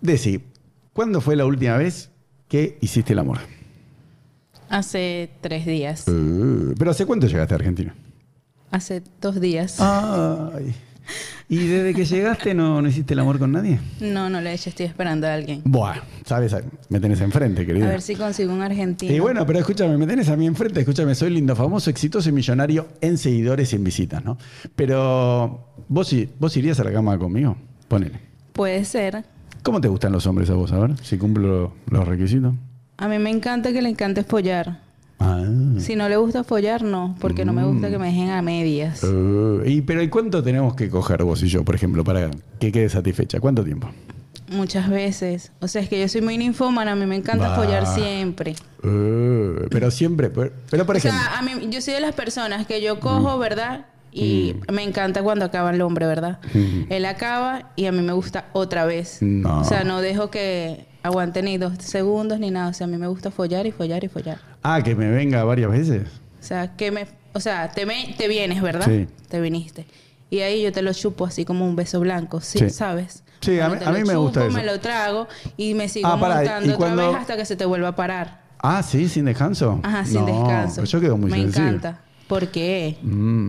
Desi, ¿cuándo fue la última vez que hiciste el amor? Hace tres días. Eh, ¿Pero hace cuánto llegaste a Argentina? Hace dos días. Ay. ¿Y desde que llegaste no, no hiciste el amor con nadie? No, no lo he hecho. Estoy esperando a alguien. Buah, sabes, me tenés enfrente, A querida. ver si consigo un argentino. Y bueno, pero escúchame, me tenés a mí enfrente, escúchame, soy lindo, famoso, exitoso y millonario en seguidores y en visitas, ¿no? Pero vos, i- vos irías a la cama conmigo, ponele. Puede ser. ¿Cómo te gustan los hombres a vos? A ver, si cumplo los requisitos. A mí me encanta que le encante follar. Ah. Si no le gusta follar, no, porque no me gusta que me dejen a medias. Mm. Eh, y, pero ¿y cuánto tenemos que coger vos y yo, por ejemplo, para que quede satisfecha? ¿Cuánto tiempo? Muchas veces. O sea, es que yo soy muy ninfómana, a mí me encanta Bah. follar siempre. Eh, pero siempre, pero, pero por O ejemplo... Mm. sea, a mí, yo soy de las personas que yo cojo, ¿verdad? Y me encanta cuando acaba el hombre, ¿verdad? Él acaba y a mí me gusta otra vez. Mm. No. O sea, no dejo que aguante ni dos segundos ni nada. O sea, a mí me gusta follar y follar y follar. Ah, que me venga varias veces. O sea, que me, o sea, te, me- te vienes, ¿verdad? Sí. Te viniste. Y ahí yo te lo chupo así como un beso blanco, ¿sí? Sí. ¿Sabes? Sí, a Como mí- te a lo mí me gusta chupo, eso. me lo trago y me sigo Ah, pará, montando y otra cuando- vez hasta que se te vuelva a parar. Ah, sí, sin descanso. Ajá, No, sin descanso. Yo quedo muy Me sensible. encanta. ¿Por qué? Mm.